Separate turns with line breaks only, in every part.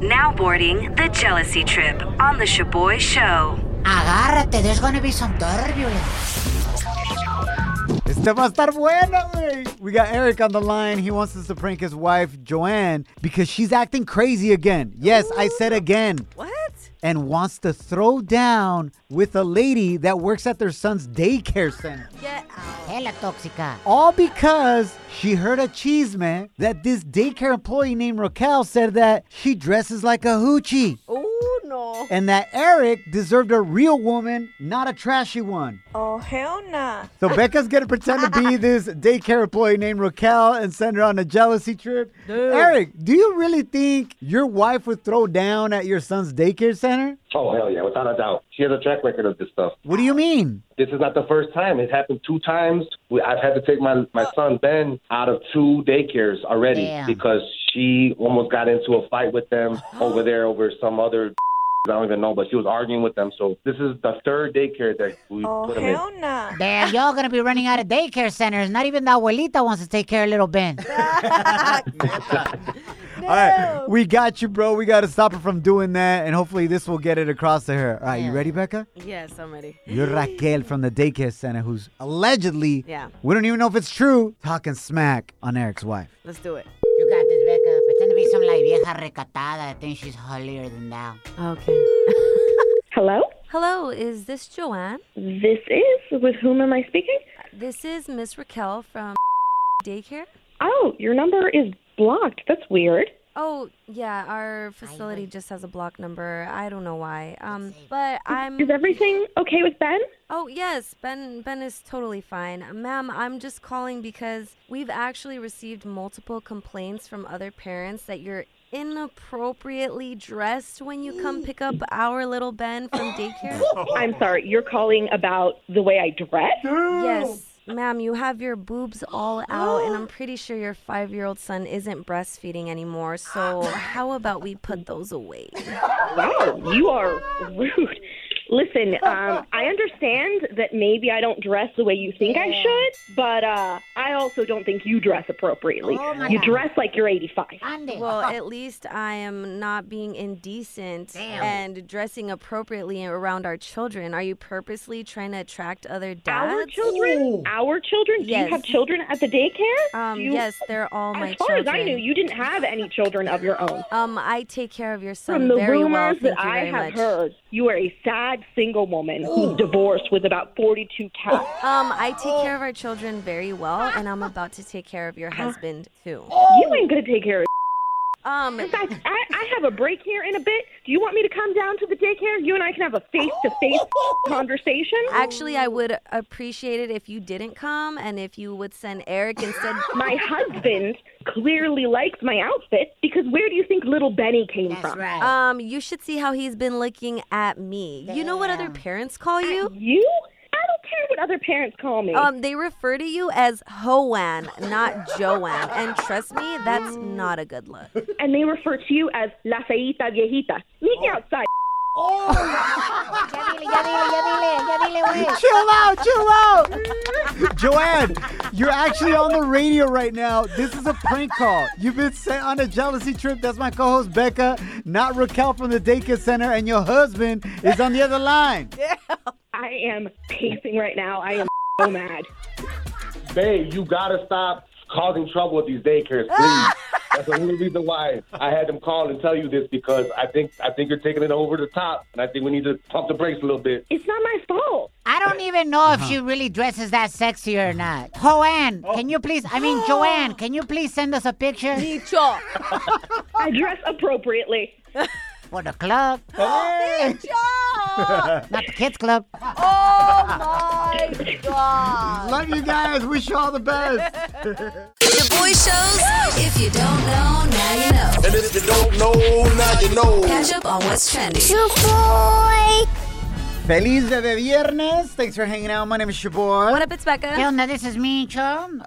Now boarding the jealousy trip on the Shaboy Show.
Agárrate, there's gonna be some turbulence.
Este va a estar bueno, güey. We got Eric on the line. He wants us to prank his wife, Joanne, because she's acting crazy again. Yes, I said again.
What?
And wants to throw down with a lady that works at their son's daycare center.
Get out.
Hey, la tóxica.
All because she heard a chisme that this daycare employee named Raquel said that she dresses like a hoochie
Oh, no.
and that Eric deserved a real woman, not a trashy one.
Oh, hell nah.
So Becca's gonna pretend to be this daycare employee named Raquel and send her on a jealousy trip. Eric, do you really think your wife would throw down at your son's daycare center?
Oh, hell yeah, without a doubt. She has a track record of this stuff.
What do you mean?
This is not the first time. It happened two times. We- I've had to take my, my son, Ben, out of two daycares already
Damn.
because she almost got into a fight with them over there over some other. I don't even know, but she was arguing with them. So this is the third daycare that we
Oh,
put him in.
hell nah.
Damn, y'all gonna be running out of daycare centers. Not even the abuelita wants to take care of little Ben.
All right, we got you, bro. We gotta stop her from doing that, and hopefully this will get it across to her. All right, you ready, Becca?
Yes, I'm ready.
You're Raquel from the daycare center, who's allegedly,
Yeah.
we don't even know if it's true, talking smack on Eric's wife.
Let's do it.
You got this, Becca. Pretend to be some like vieja recatada. I think she's holier than thou.
Okay.
Hello?
Hello, is this Joanne?
This is? With whom am I speaking?
This is Miss Raquel from daycare.
Oh, your number is blocked. That's weird.
Oh, yeah, our facility just has a block number. I don't know why. Um, but
Is
I'm
everything okay with Ben?
Oh, yes, Ben Ben is totally fine. Ma'am, I'm just calling because we've actually received multiple complaints from other parents that you're inappropriately dressed when you come pick up our little Ben from daycare.
Oh.
I'm sorry, you're calling about the way I dress?
yes. Ma'am, you have your boobs all out, and I'm pretty sure your five year old son isn't breastfeeding anymore. So, how about we put those away?
Wow, you are rude. Listen, um, I understand that maybe I don't dress the way you think I should, but uh, I also don't think you dress appropriately.
Oh, my
you
God.
dress like you're 85.
Ande. Oh,
Well, at least I am not being indecent and dressing appropriately around our children. Are you purposely trying to attract other dads?
Our children? Our children? Do
Yes.
you have children at the daycare?
Um,
Do you,
yes, they're all my
As far
children.
as I knew, you didn't have any children of your own.
um, I take care of your son
From the
very
rumors
well. Thank
that
you
I
very
have
much.
heard, you are a sad single woman who's divorced with about 42 cats.
Um, I take
Oh.
care of our children very well, and I'm about to take care of your
Uh-huh.
husband too.
You ain't gonna take care of.
Um,
In fact, I, I have a break here in a bit. Do you want me to come down to the daycare? You and I can have a face-to-face conversation.
actually, I would appreciate it if you didn't come, and if you would send Eric instead.
My husband clearly likes my outfit because where do you think little Benny came
That's
from?
right.
Um, you should see how he's been looking at me. You know what other parents call you?
You? I don't care what other parents call me.
Um, they refer to you as Hoan, not Joanne. And trust me, that's not a good look.
and they refer to you as La Feita Viejita. Meet
Oh.
me outside.
Ya dile, ya dile, ya dile, ya dile, güey.
Chill out, chill out. Joanne, you're actually on the radio right now. This is a prank call. You've been sent on a jealousy trip. That's my co host, Becca, not Raquel from the daycare center, and your husband is on the other line.
I am pacing right now. I am so mad.
Babe, you gotta stop causing trouble with these daycares, please. That's the only reason why I had them call and tell you this because I think I think you're taking it over the top, and I think we need to pump the brakes a little bit.
It's not my fault.
I don't even know if she really dresses that sexy or not. Joanne, can you please, I mean, Joanne, can you please send us a picture
I dress appropriately.
for the club?
Hey.
Not the kids club.
Love you guys. Wish you all the best.
Shaboy Shows. If you don't know, now you know.
And if you don't know, now you know.
Catch up on what's trending.
Feliz Bebe Viernes. Thanks for hanging out. My name is Shabor.
What up, it's Becca.
¿Qué onda? This is Mincho.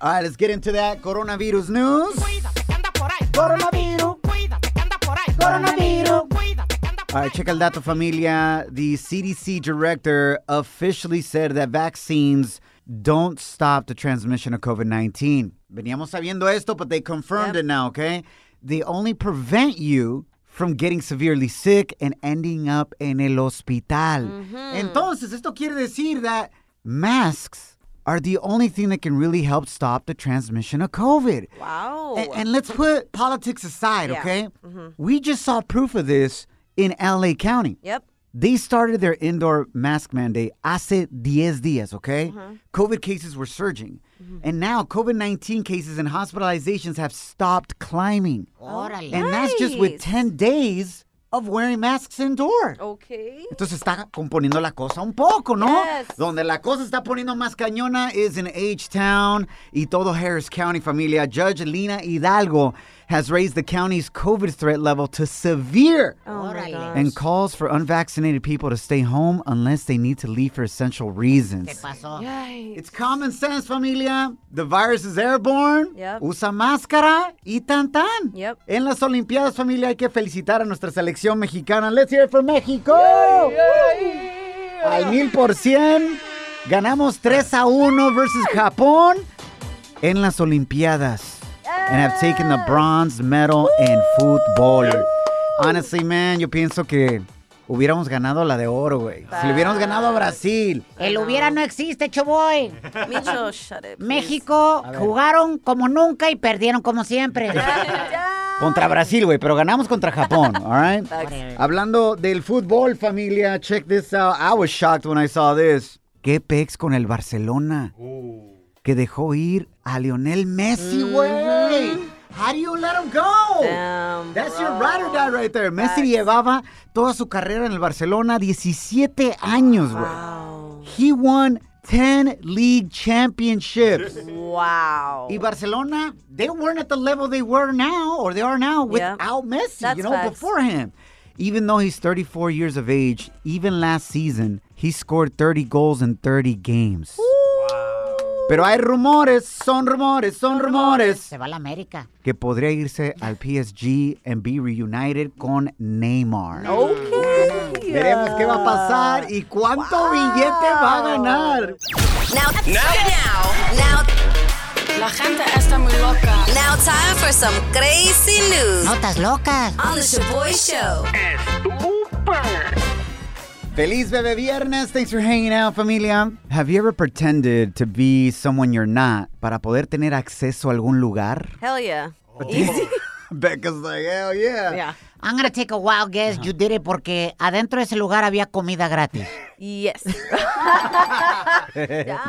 All right, let's get into that coronavirus news. Coronavirus. Coronavirus. All right, check el dato familia. The CDC director officially said that vaccines don't stop the transmission of COVID-19. Veníamos sabiendo esto, but they confirmed it now, okay? They only prevent you from getting severely sick and ending up en el hospital.
Mm-hmm.
Entonces, esto quiere decir that masks are the only thing that can really help stop the transmission of COVID.
Wow.
A- And, let's put politics aside,
Yeah. Mm-hmm.
okay? We just saw proof of this in LA County.
Yep.
They started their indoor mask mandate hace 10 días, okay?
Uh-huh.
COVID cases were surging.
Mm-hmm.
And now COVID 19 cases and hospitalizations have stopped climbing.
Órale.
And that's just with
Nice. Oh.
10 days of wearing masks indoor.
Okay.
Entonces está componiendo la cosa un poco, ¿no?
Yes.
Donde la cosa está poniendo más cañona es en H-Town y todo Harris County, familia. Judge Lina Hidalgo has raised the county's COVID threat level to severe
Órale.
and calls for unvaccinated people to stay home unless they need to leave for essential
¿Qué
reasons.
pasó?
It's common sense, familia. The virus is airborne.
Yep.
Usa máscara y tan tan.
Yep.
En las Olimpiadas, familia, hay que felicitar a nuestra selección mexicana. Let's hear it for México. Al mil por cien. Ganamos 3 a 1 versus Japón en las Olimpiadas. And have taken the bronze medal in football. Honestly, man, yo pienso que hubiéramos ganado la de oro, güey. Si le hubiéramos ganado a Brasil.
El hubiera no existe, Choboy.
Mitchell, shut it. please.
México jugaron como nunca y perdieron como siempre.
Contra Brasil, güey, pero ganamos contra Japón, all right?
Whatever.
Hablando del fútbol, familia, check this out. I was shocked when I saw this. ¿Qué pex con el Barcelona? Que dejó ir a Lionel Messi, güey. How do you let him go?
Mm-hmm. Damn,
That's
bro.
your ride or die right there. Messi llevaba toda su carrera en el Barcelona 17 años, güey.
Wow.
He won 10 league championships.
Wow.
Y Barcelona, they weren't at the level they were now or they are now
Yeah.
without Messi,
That's
you know,
facts.
before him. Even though he's 34 years of age, even last season, he scored 30 goals in 30 games. Pero hay rumores, son rumores, son rumores.
Se va a la América.
Que podría irse al PSG and be reunited con Neymar.
Okay.
Veremos qué va a pasar y cuánto billete va a ganar.
Now, now, now, now. La gente está muy loca. Now, time for some crazy news
Notas locas.
on the Shaboy Show.
Feliz Bebe Viernes. Thanks for hanging out, familia. Have you ever pretended to be someone you're not para poder tener acceso a algún lugar?
Hell yeah.
Becca's like, hell yeah.
Yeah.
I'm gonna take a wild guess. You did it porque adentro de ese lugar había comida gratis.
Yes.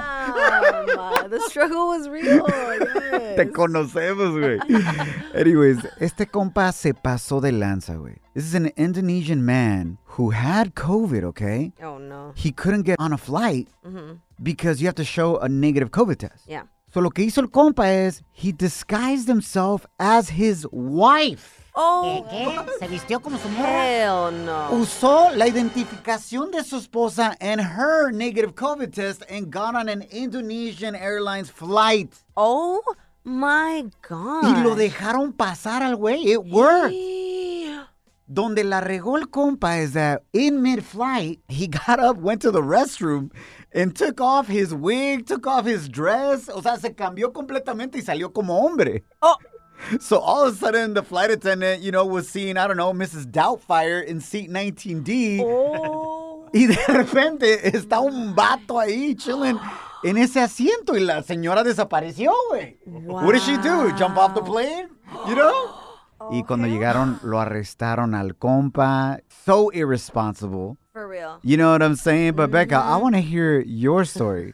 Damn. The struggle was real. yes.
Te conocemos, güey. Anyways, este compa se pasó de lanza, güey. This is an Indonesian man who had COVID, okay?
Oh no.
He couldn't get on a flight
Mm-hmm.
because you have to show a negative COVID test.
Yeah.
So lo que hizo el compa es, he disguised himself as his wife.
Oh
¿Qué? ¿Qué? Eh, ¿Se vistió como su
Eh,
morra?
hell
Oh.
no.
Usó la identificación de su esposa and her negative COVID test and got on an Indonesian Airlines flight.
Oh my god.
Y lo dejaron pasar al güey. It worked. Donde la regó el compa is that in mid-flight, he got up, went to the restroom, and took off his wig, took off his dress. O sea, se cambió completamente y salió como hombre.
Oh.
So all of a sudden, the flight attendant, you know, was seeing, I don't know, Mrs. Doubtfire in seat 19D.
Oh.
Y de repente está un vato ahí chilling en ese asiento y la señora desapareció, güey. What did she do? Jump off the plane? You know? Y cuando llegaron lo arrestaron al compa. So irresponsible.
For real.
You know what I'm saying? But Becca, I
Mm.
want to hear your story.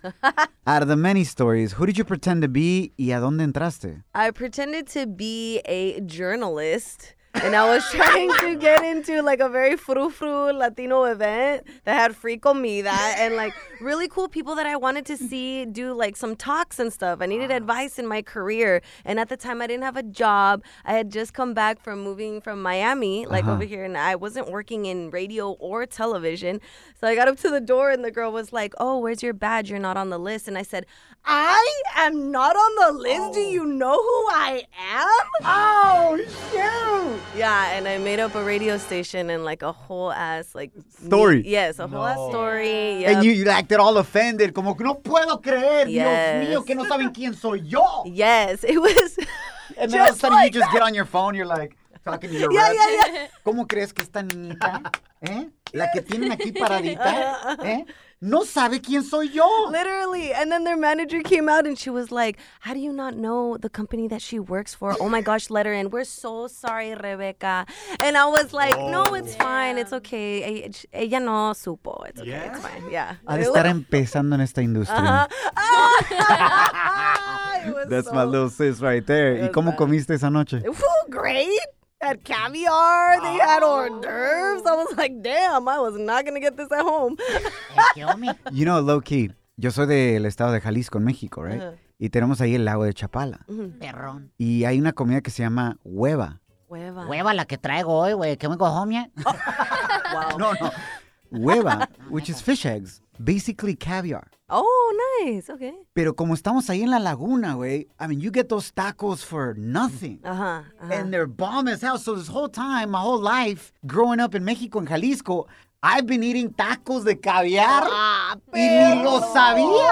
Out of the many stories, who did you pretend to be y a dónde entraste?
I pretended to be a journalist
and I was trying to get into like a very fru fru Latino event that had free comida and like
really cool people that I wanted to see do like some talks and stuff. I needed advice in my career. And at the time, I didn't have a job. I had just come back from moving from Miami,
Uh-huh.
like over here, and I wasn't working in radio or television. So I got up to the door, and the girl was like, Oh, where's your badge? You're not on the list. And I said,
I am not on the list. Do you know who I am?
Oh, shoot.
Yeah, and I made up a radio station and like a whole ass like
Story.
me- yes, a whole ass
No.
story. Yep.
And you, you acted all offended, como que no puedo creer,
Yes.
Dios mío, que no saben quién soy yo.
yes, it was.
And then all of a sudden you just get on your phone, you're like talking to your
Yeah,
rep.
yeah, yeah.
¿Cómo crees que esta niñita, eh, la que tienen aquí paradita, eh, no sabe quién soy yo?
Literally. And then their manager came out and she was like, How do you not know the company that she works for? Oh my gosh, let her in. We're so sorry, Rebecca. And I was like, No, it's fine. It's okay. E- Ella no supo. It's okay. It's fine. Yeah.
Ha de estar empezando en esta industria.
It was
That's
so
my little sis right there. ¿Y cómo comiste esa noche?
Whew, great. Had caviar, they had hors d'oeuvres. I was like, damn, I was not gonna get this at home.
Kill me.
You know, low key, yo soy del estado de Jalisco, en México, right? Y tenemos ahí el lago de Chapala.
Perrón.
Y hay una comida que se llama hueva.
Hueva.
Hueva la que traigo hoy, güey. Can we go home yet?
No, no. Hueva, which is fish eggs, basically caviar.
Oh, nice. Okay.
Pero como estamos ahí en la laguna, güey, I mean, you get those tacos for nothing.
Uh huh.
Uh-huh.
And they're bomb as hell. So this whole time, my whole life, growing up in Mexico, in Jalisco, I've been eating tacos de caviar. y ni lo sabía,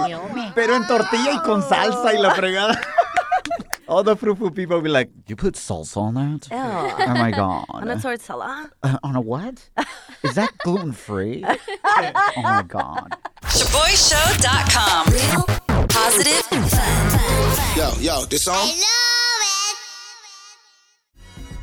Ah, Dios
güey.
mío.
Pero en tortilla y con salsa y la fregada. All the frufu people be like, you put salsa on that?
Ew.
Oh my
On a
god.
tortilla.
Uh, on a what? Is that gluten free? oh my god.
ShaboyShow.com. Real, positive,
Yo, yo, this song?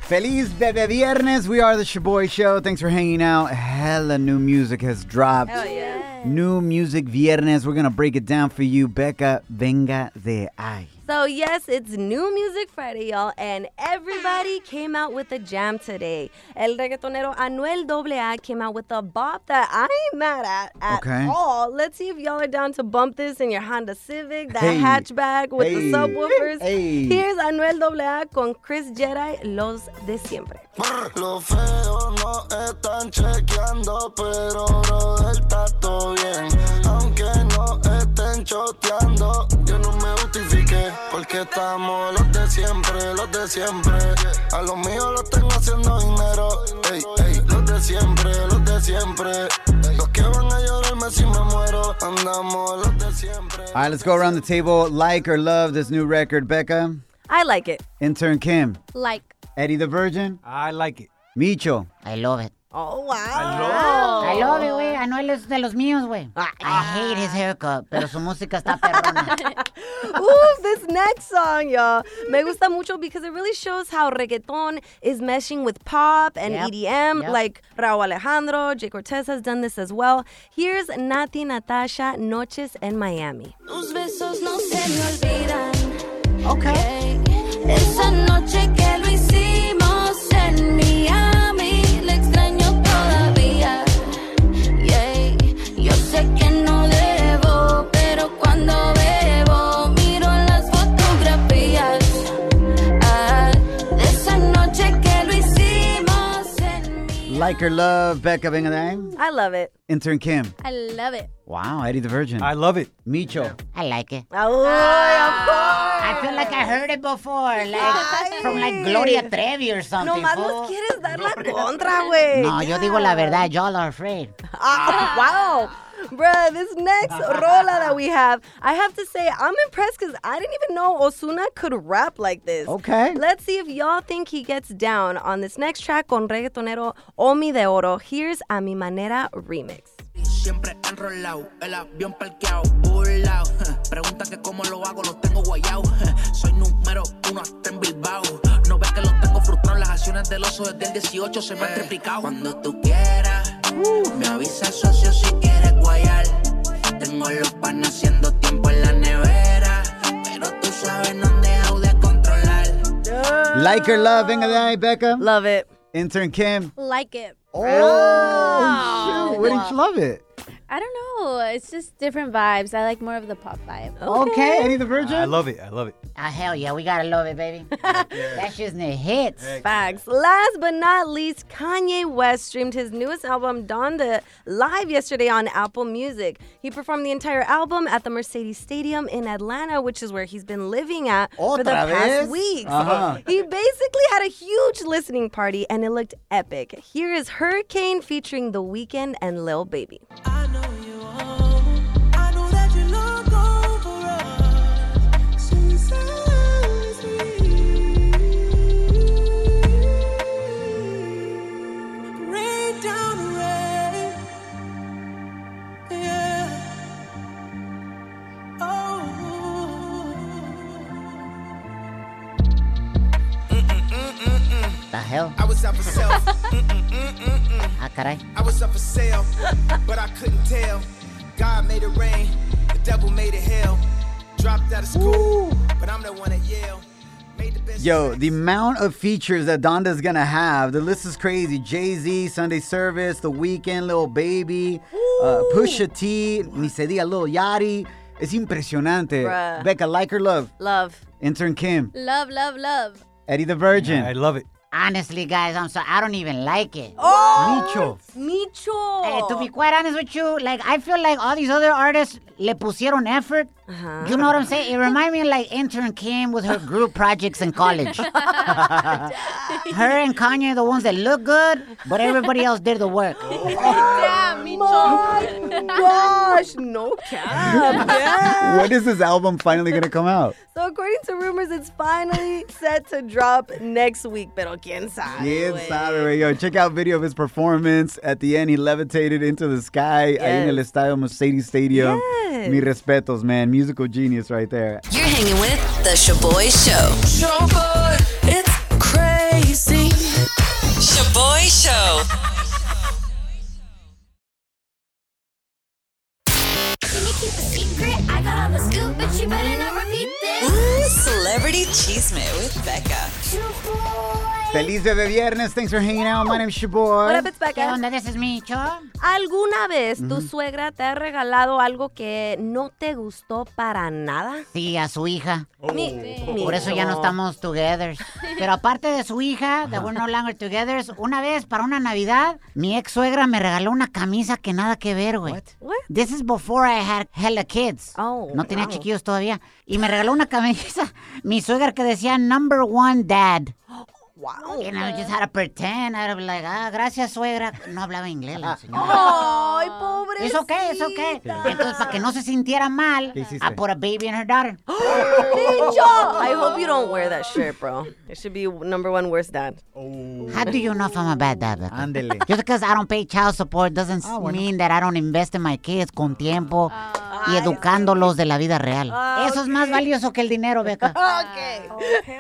Feliz Bebe Viernes. We are the Shaboy Show. Thanks for hanging out. Hella new music has dropped.
Oh,
New music Viernes. We're going to break it down for you. Becca, venga de ahí.
So, yes, it's New Music Friday, y'all, and everybody came out with a jam today. El reggaetonero Anuel AA came out with a bop that I ain't mad at at
Okay.
all. Let's see if y'all are down to bump this in your Honda Civic, that
Hey.
hatchback with
Hey.
the subwoofers.
Hey.
Here's Anuel AA con Chris Jedi, Los de Siempre.
Los feos no están chequeando, pero bro, está todo bien. Aunque no estén choteando, yo no me justifique. Porque estamos los de siempre, los de siempre. A los míos los tengo haciendo dinero. Ey, ey, los de siempre, los de siempre. Los que van a llorarme si me muero. Andamos los de siempre.
All right, let's go around the table. Like or love this new record, Becca?
I like it.
Intern Kim.
Like,
Eddie the Virgin.
I like it.
Micho.
I love it.
Oh, wow.
I love it, güey. Anuel es de los míos, güey. I hate his haircut, pero su música está perrona.
Ooh, this next song, y'all. Me gusta mucho because it really shows how reggaeton is meshing with pop and
Yep,
EDM.
yep.
Like Raul Alejandro, Jay Cortez has done this as well. Here's Nati Natasha, Noches en Miami.
Tus besos no se me olvidan. Ok. Esa noche que lo hicimos en Miami, le extraño todavía. Yeah. Yo sé que no debo, pero cuando bebo, miro las fotografías. Ah, de esa noche que lo hicimos en Miami.
Like or love, Becca, venga de ahí.
I love it.
Intern Kim.
I love it.
Wow, Eddie the Virgin.
I love it.
Micho.
I like it.
Oh,
Ah. I feel like I heard it before, like from like Gloria Trevi or
of course.
something. Oh.
Nomás
fool.
nos quieres dar la contra, güey.
No, yo digo la verdad, y'all are afraid.
Ah, wow. Bruh, this next rola that we have, I have to say, I'm impressed because I didn't even know Osuna could rap like this.
Okay.
Let's see if y'all think he gets down on this next track con reggaetonero Omi de Oro. Here's A Mi Manera remix.
Siempre enrolado, el avión parqueado, burlao. Pregunta que cómo lo hago, los tengo guayao. Soy número uno hasta en Bilbao. No ves que los tengo frustrados, las acciones del oso desde el 18 se me han triplicado. Cuando tú quieras, me avisa socio si quieres guayar. Tengo los panes haciendo tiempo en la nevera, pero tú sabes no han dejado de controlar.
Like or love, venga de ahí, Becca.
Love it.
Intern Kim.
Like it.
Oh, shoot. What did you love it?
I don't know. It's just different vibes. I like more of the pop vibe.
the Virgin?
I love it. I love it.
Ah, hell yeah. We gotta love it, baby. that shit's in the hits.
Facts.
Last but not least, Kanye West streamed his newest album, Donda, live yesterday on Apple Music. He performed the entire album at the Mercedes Stadium in Atlanta, which is where he's been living at for the
¿Otra vez?
past weeks.
Ajá.
He basically had a huge listening party and it looked epic. Here is Hurricane featuring The Weeknd and Lil Baby.
The hell?
I was out for self.
Ah, caray.
I was up for sale, but I couldn't tell. God made it rain, the devil made it hell. Dropped out of school, but I'm the one at Yale.
Yo, the amount of features that Donda's gonna have, the list is crazy. Jay Z, Sunday Service, The Weeknd, Lil Baby, uh, Pusha T, ni se diga Lil Yachty. Es impresionante.
Bruh.
Becca, like or love?
Love.
Intern Kim,
Love, love, love.
Eddie the Virgin. I
love it.
Honestly, guys, I'm sorry. I don't even like it.
Oh.
Eh,
Micho.
Micho.
to be quite honest with you, like I feel like all these other artists le pusieron effort. You know what I'm saying? It reminds me of like intern Kim with her group projects in college. her and Kanye are the ones that look good, but everybody else did the work.
Damn, Micho. My gosh, no cap. Yeah.
When is this album finally gonna come out?
So according to rumors, it's finally set to drop next week. Pero quién sabe.
Quién sabe, güey. Yo, check out video of his performance. At the end, he levitated into the sky ahí en el estadio Mercedes Stadium.
Yes.
Mis respetos, man. Musical genius right there.
You're hanging with The Shaboy Show. Shaboy, it's crazy. Shaboy Show. Ooh, Celebrity Cheesemate with Becca.
Feliz de viernes. Thanks for hanging out. My name's Shaboy.
¿Qué onda? This is Micho.
¿Alguna vez tu
Ujú.
suegra te ha regalado algo que no te gustó para nada?
Sí, a su hija.
Mi-
Por eso ya no estamos together. Pero aparte de su hija, that we're no longer together, una vez para una Navidad, mi ex suegra me regaló una camisa que nada que ver, güey. This is before I had hella kids. no tenía
Oh, wow.
chiquillos todavía. Y me regaló una camisa, mi suegra que decía number one dad.
Wow.
And I just had to pretend, I'd be like, ah, gracias suegra. No hablaba inglés
Oh,
la señora.
Ay, pobre.
¿Eso qué? ¿Eso qué? Entonces, para que no se sintiera mal, I put a baby and her daughter.
I hope you don't wear that shirt, bro. It should be number one worst dad.
How do you know if I'm a bad dad? Becca? Just because I don't pay child support doesn't
Ah, bueno. Ah.
mean that I don't invest in my kids con tiempo y educándolos de la vida real. Eso es más valioso que el dinero, Beca.
Okay.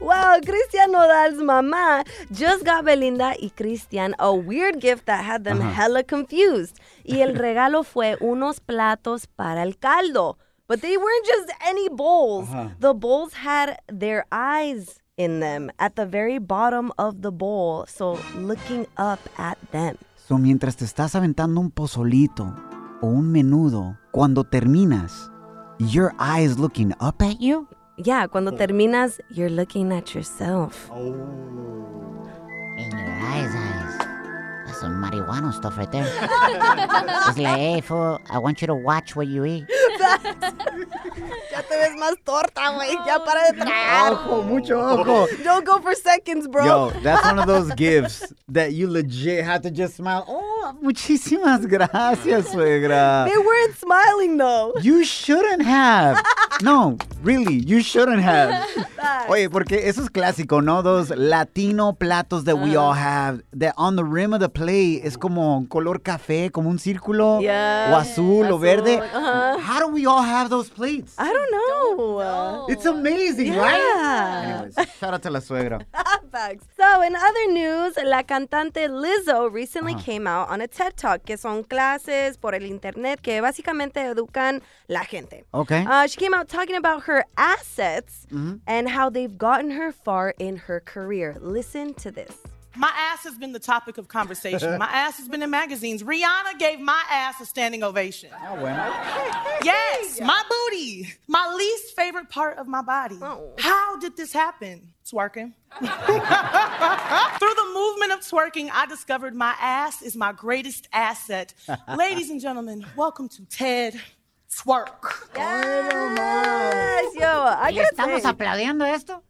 well, Cristian Nodal's mama just got Belinda y Cristian a weird gift that had them
Ajá.
hella confused. Y el regalo fue unos platos para el caldo. But they weren't just any bowls.
Ajá.
The bowls had their eyes in them at the very bottom of the bowl. So looking up at them.
So, mientras te estás aventando un pozolito o un menudo, cuando terminas, your eyes looking up at you?
Yeah, cuando terminas, you're looking at yourself.
In your eyes, eyes. That's some marijuana stuff right there. it's like, hey, fool, I want you to watch what you eat.
Ya te ves más torta, güey. Ya para de tragar.
Ojo, mucho ojo.
Don't go for seconds, bro.
Yo, that's one of those gifts that you legit have to just smile. Oh, muchísimas gracias, suegra.
They weren't smiling though.
You shouldn't have. No, really, you shouldn't have. Oye, porque eso es clásico, ¿no? Those latino platos that
Ah.
we all have, that on the rim of the plate es como color café, como un círculo,
Yeah.
o azul, o verde.
Uh-huh.
How do we all have those plates?
I don't know.
It's amazing,
Yeah.
right? Anyways, shout out to la suegra.
Facts. So, in other news, la cantante Lizzo recently came out on a TED Talk, que son clases por el internet que básicamente educan la gente.
Okay.
Uh, she came out talking about her assets
Mhm.
and how they've gotten her far in her career. Listen to this.
My ass has been the topic of conversation. My ass has been in magazines. Rihanna gave my ass a standing ovation. Yes, my booty, my least favorite part of my body. How did this happen? Twerking. Through the movement of twerking, I discovered my ass is my greatest asset. Ladies and gentlemen, welcome to TED Twerk.
Yes, yo, I
¿Y
gotta
estamos
say-
aplaudiendo esto?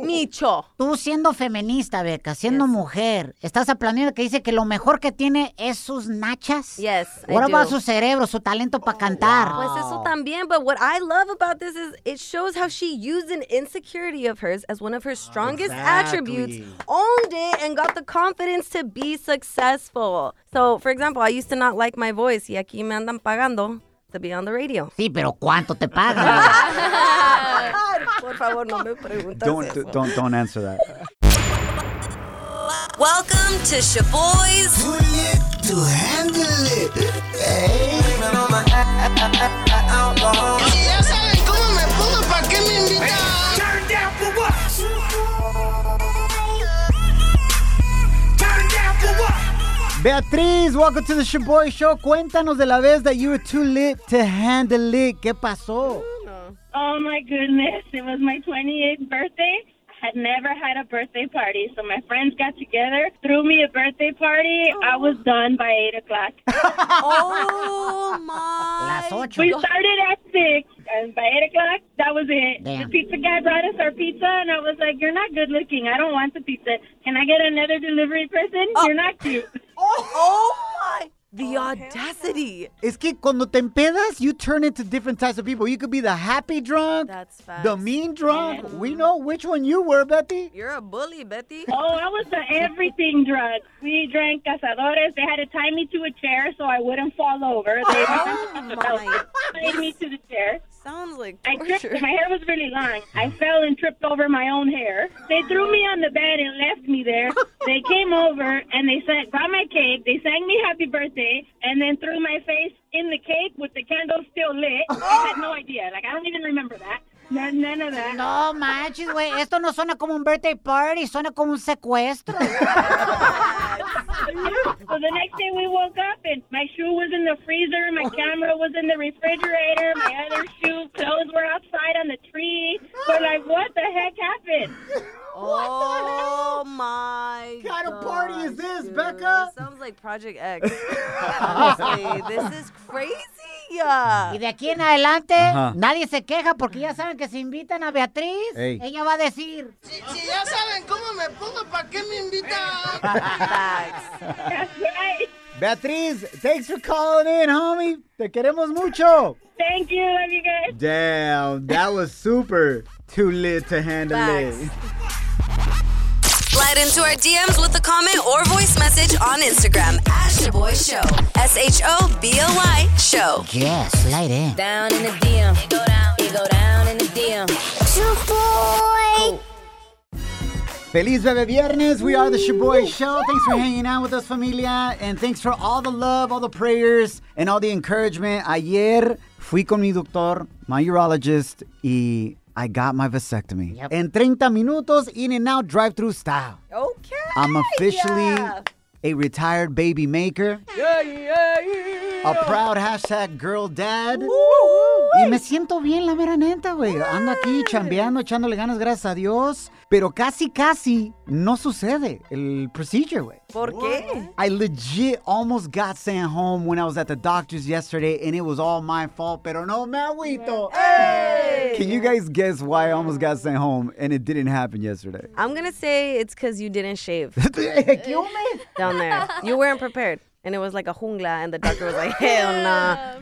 Micho.
Tú siendo feminista, Beca, siendo mujer, estás aplaudiendo que dice que lo mejor que tiene es sus nachas.
Yes. I
Ahora va
do.
su cerebro, su talento para cantar.
Pues eso también, but what I love about this is it shows how she used an insecurity of hers as one of her strongest attributes,
exactly.
owned it, and got the confidence to be successful. So, for example, I used to not like my voice, y aquí me andan pagando to be on the radio.
Sí, pero ¿cuánto te pagan?
Por favor, no me preguntes
Don't
eso.
don't don't answer that.
Welcome to Shaboy's.
to handle it. Hey. Si ya saben cómo me pongo, ¿para qué me invitan? Turn down for what? Turn down for what?
Beatriz, welcome to the Shaboy Show. Cuéntanos de la vez that you were too lit to handle it. ¿Qué pasó?
Oh my goodness, it was my 28th birthday. I had never had a birthday party, so my friends got together, threw me a birthday party. I was done by 8 o'clock.
oh my.
Las ocho.
We started at 6, and by 8 o'clock, that was it. The
Damn.
pizza guy brought us our pizza, and I was like, You're not good looking. I don't want the pizza. Can I get another delivery person? You're not cute.
Oh my. The audacity.
Es que cuando te empedas, you turn into different types of people. You could be the happy drunk,
That's
the
facts.
mean drunk. We know which one you were, Betty.
You're a bully, Betty.
Oh, I was the everything drug. We drank cazadores. They had to tie me to a chair so I wouldn't fall over. They
oh,
tied me to the chair.
Sounds like
I
torture.
tripped. My hair was really long. I fell and tripped over my own hair. They threw me on the bed and left me there. They came over and they sang, got my cake. They sang me happy birthday and then threw my face in the cake with the candle still lit. I had no idea. Like I don't even remember that. No, none of that.
No manches, güey. Esto no suena como un birthday party, suena como un secuestro.
so the next day we woke up and my shoe was in the freezer, my camera was in the refrigerator, my other shoe clothes were outside on the tree. We're like, what the heck happened?
Oh my
kind
of
party is this, Becca?
Sounds like Project X. Honestly, this is crazy.
Y de aquí en adelante,
Ajá.
nadie se queja porque ya saben que si invitan a Beatriz,
Ey.
ella va a decir.
Si ya saben cómo me pongo, ¿para qué me invitan?
That's right.
Beatriz, thanks for calling in, homie. Te queremos mucho.
Thank you. Love you guys.
Damn, that was super too lit to handle it.
Slide into our DMs with a comment or voice message on Instagram at Shaboy Show. S H O B O Y Show.
Yes, slide in.
Down in the DM. It go down. It go down in the DM. Shaboy.
Feliz Bebe Viernes. We are the Shaboy Show. Thanks for hanging out with us, familia. And thanks for all the love, all the prayers, and all the encouragement. Ayer fui con mi doctor, my urologist, y I got my vasectomy. En 30 minutos, in and out, drive through style.
Okay.
I'm officially a retired baby maker,
Yeah, yeah,
a proud hashtag girl
Uh,
dad. Y me siento bien, la mera neta, güey. Ando aquí chambeando, echándole ganas, gracias a Dios. Pero casi, casi no sucede el procedure, güey.
¿Por qué?
I legit almost got sent home when I was at the doctor's yesterday, and it was all my fault. Pero no me agüito. Can you guys guess why I almost got sent home and it didn't happen yesterday?
I'm gonna say it's because you didn't shave. Down there, you weren't prepared, and it was like a jungla, and the doctor was like, "Hell nah."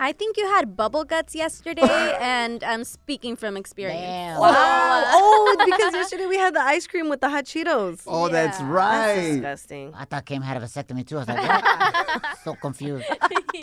I think you had bubble guts yesterday, and I'm speaking from experience.
Wow. oh, because yesterday we had the ice cream with the hot Cheetos.
Oh, that's right.
disgusting.
I thought Kim had a vasectomy too. I was like, what? so confused.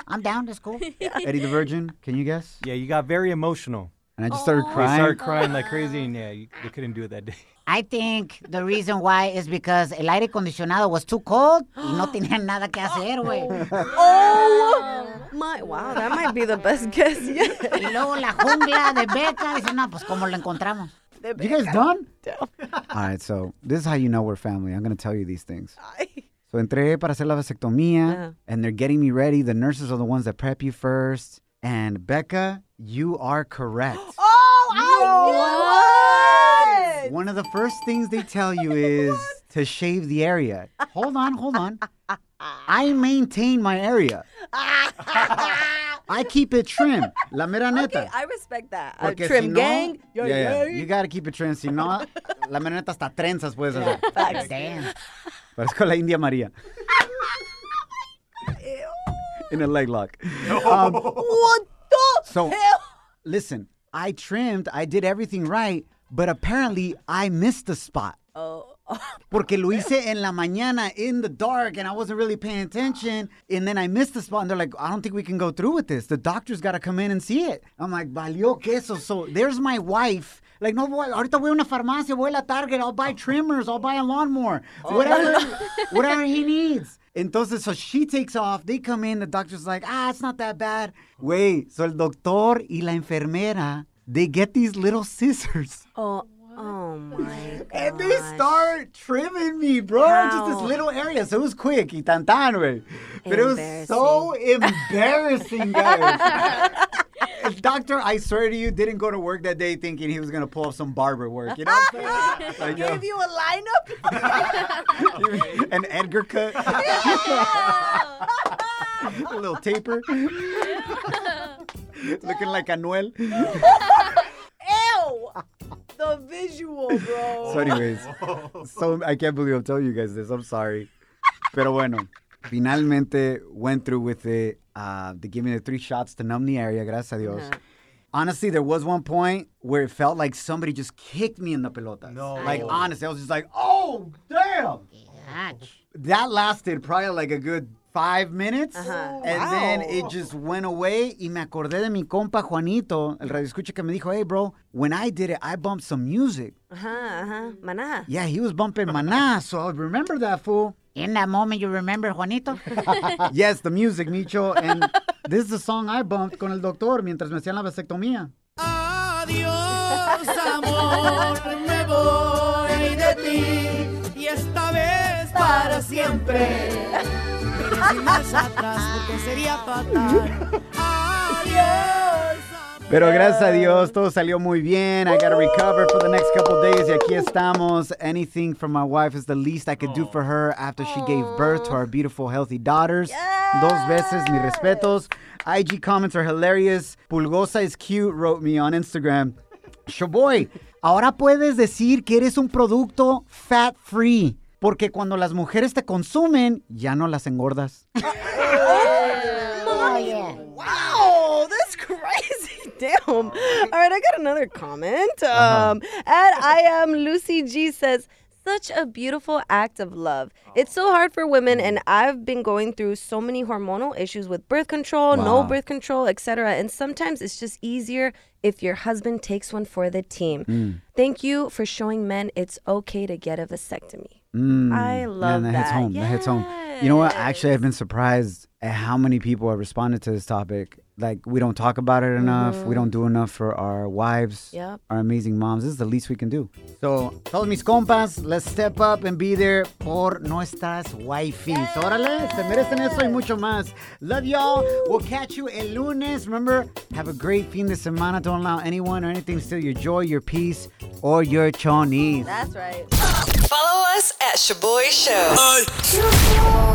I'm down. That's cool.
Eddie the Virgin, can you guess?
Yeah, you got very emotional.
And I just started
You
crying.
started crying like crazy, and yeah, you, you couldn't do it that day.
I think the reason why is because el aire acondicionado was too cold y no tenía nada que hacer, güey.
Oh my, wow, that might be the best guess yet.
Y luego la jungla de Beca dice, no, pues cómo lo encontramos.
You guys done? All right, so this is how you know we're family. I'm going to tell you these things. So entré para hacer la vasectomía, and they're getting me ready. The nurses are the ones that prep you first. And Becca, you are correct.
Oh, I knew it!
One of the first things they tell you is to shave the area. Hold on, hold on. I maintain my area. I keep it trim. La mera neta.
I respect that. A
Porque si
trim
no-
gang.
Yeah, yeah. You gotta keep it trim. Si no, la mera neta hasta trenzas puedes hacer.
Facts.
Parezco la India María. In a leg lock. Um,
What the
so, listen, I trimmed, I did everything right, but apparently I missed a spot.
Oh.
Porque lo hice en la mañana in the dark and I wasn't really paying attention. And then I missed the spot and they're like, I don't think we can go through with this. The doctor's got to come in and see it. I'm like, valió queso. So there's my wife. Like, no, voy, ahorita voy a una farmacia, voy a la Target, I'll buy trimmers, I'll buy a lawnmower, whatever, whatever he needs. Entonces, so she takes off, they come in, the doctor's like, ah, it's not that bad. Wait, so el doctor y la enfermera, they get these little scissors.
Oh, oh my god.
And they start trimming me, bro. Just this
How?
little area. So it was quick. Y tan tan, güey. But it was so embarrassing, guys. And Doctor, I swear to you, didn't go to work that day thinking he was going to pull up some barber work. You know what I'm saying? Like, yo,
Gave you a lineup?
an Edgar cut. a little taper. Looking like Anuel.
Ew! The visual, bro.
So, anyways, so I can't believe I'm telling you guys this. I'm sorry. Pero bueno, finalmente went through with it. Uh, they gave me the three shots to numb the area, gracias a Dios.
Yeah.
Honestly, there was one point where it felt like somebody just kicked me in the pelota. No. Like,
Ay.
honestly, I was just like, oh, damn. That lasted probably like a good five minutes.
Uh-huh.
And
Wow.
then it just went away. Y me acordé de mi compa Juanito, el radio escucha que me dijo, hey, bro, when I did it, I bumped some music.
Uh-huh, uh-huh. Maná.
Yeah, he was bumping Maná, so I remember that fool.
In that moment, you remember Juanito?
yes, the music, Micho, and this is the song I bumped con el doctor mientras me hacían la vasectomía.
Adiós,
amor,
me
voy de
ti. Y esta vez para siempre. Mire sin marcha atrás porque sería fatal. Adiós.
Pero gracias a Dios, todo salió muy bien. I gotta recover for the next couple days. Y aquí estamos. Anything for my wife is the least I could do for her after she gave birth to our beautiful, healthy daughters. Dos veces, mis respetos. IG comments are hilarious. Pulgosa is cute, wrote me on Instagram. Shaboy, ahora puedes decir que eres un producto fat free. Porque cuando las mujeres te consumen, ya no las engordas.
Wow, that's crazy. Damn. All right, I got another comment.
Uh-huh.
Um, at I am Lucy G says, such a beautiful act of love. It's so hard for
Mm.
women, and I've been going through so many hormonal issues with birth control, no
Wow.
birth control, etc. And sometimes it's just easier if your husband takes one for the team.
Mm.
Thank you for showing men it's okay to get a vasectomy.
Mm,
I love
man, that. hits
that.
home. That hits home. You know what? Actually, I've been surprised at how many people have responded to this topic. Like, we don't talk about it enough. We
Mhm.
don't do enough for our wives,
Yep.
our amazing moms. This is the least we can do. So, todos mis compas, let's step up and be there por nuestras wifis. Órale, se merecen eso y mucho más. Love y'all. We'll catch you el lunes. Remember, have a great fin de semana. Don't allow anyone or anything to steal your joy, your peace, or your chonis.
That's right.
Follow us at Shaboy Show.